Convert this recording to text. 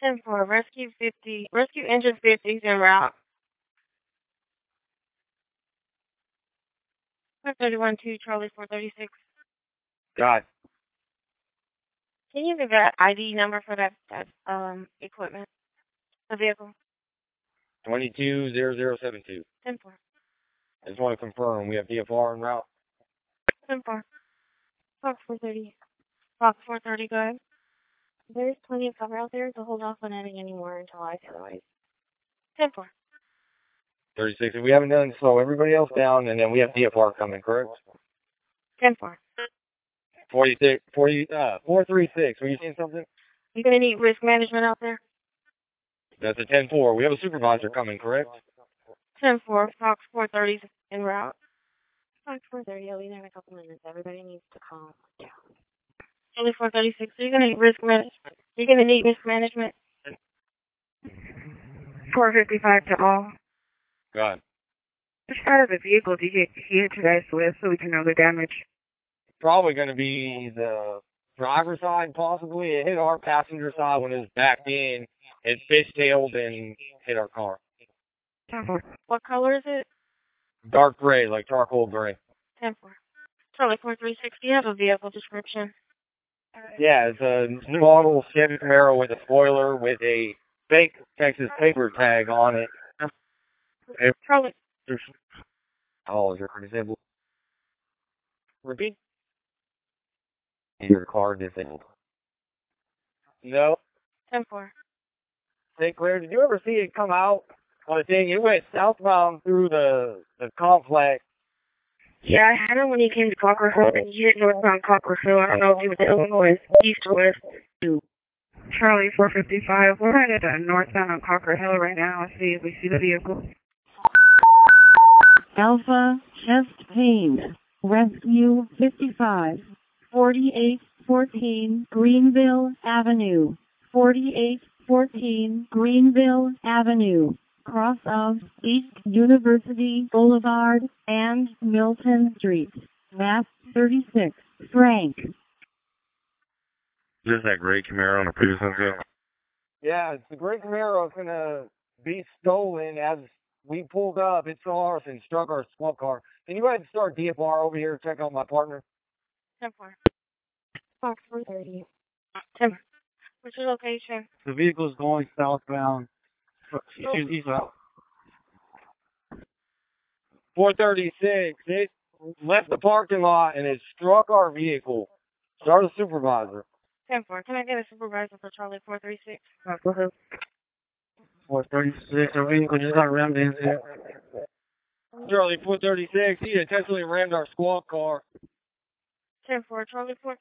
Ten four. Rescue fifty. Rescue engine fifties en route. One thirty one two Charlie four thirty six. Got Can you give that ID number for that that um equipment? The vehicle. 220072. Ten four. I just want to confirm we have DFR en route. Ten four. Fox four thirty. Fox four thirty. Go ahead. There's plenty of cover out there, so hold off on adding any more until I tell you. Ten four. 36. If we haven't done slow everybody else down, and then we have DFR coming, correct? Ten four. 46, 40, uh, 436. Were you seeing something? You gonna need risk management out there? That's a 10-4. We have a supervisor coming, correct? Ten four, Fox four thirty en route. Fox four thirty, I'll be there in a couple minutes. Everybody needs to calm down. Charlie four thirty six, you're gonna need risk management. You're gonna need risk management. Four fifty five to all. Got it. Which part of the vehicle did you hit today with so we can know the damage? Probably going to be the driver's side, possibly. It hit our passenger side when it was backed in. It fishtailed and hit our car. Ten four. What color is it? Dark gray, like charcoal gray. Ten four. Charlie four three six, do you have a vehicle description? Yeah, it's a new model Chevy Camaro with a spoiler with a fake Texas paper tag on it. Charlie Oh, is your disabled? Repeat. Is your car disabled? No. ten four. St. Clair, did you ever see it come out on a thing? It went southbound through the the complex. Yeah, I had him when he came to Cocker's Hill, and he hit northbound Cocker's Hill. I don't know if he was in Illinois, east or west. Charlie 455, we're right at uh, northbound on Cocker Hill right now. Let's see if we see the vehicle. Alpha, chest pain. Rescue 55. 4814 Greenville Avenue. 4814 Greenville Avenue. Cross of East University Boulevard and Milton Street. Map 36. Frank. This is that gray Camaro on the previous one. Yeah, it's the Great Camaro is gonna be stolen as we pulled up. It saw ours and struck our squad car. Can you go ahead and start DFR over here? Check on my partner. Ten four. Fox four thirty. Ten. What's your location? The vehicle's going southbound. Oh. excuse Four thirty-six. It left the parking lot and it struck our vehicle. Start a supervisor. Ten four. Can I get a supervisor for Charlie four three six? Four thirty-six. Our vehicle just got rammed into. Charlie, four thirty-six. He intentionally rammed our squad car. Ten four. Charlie four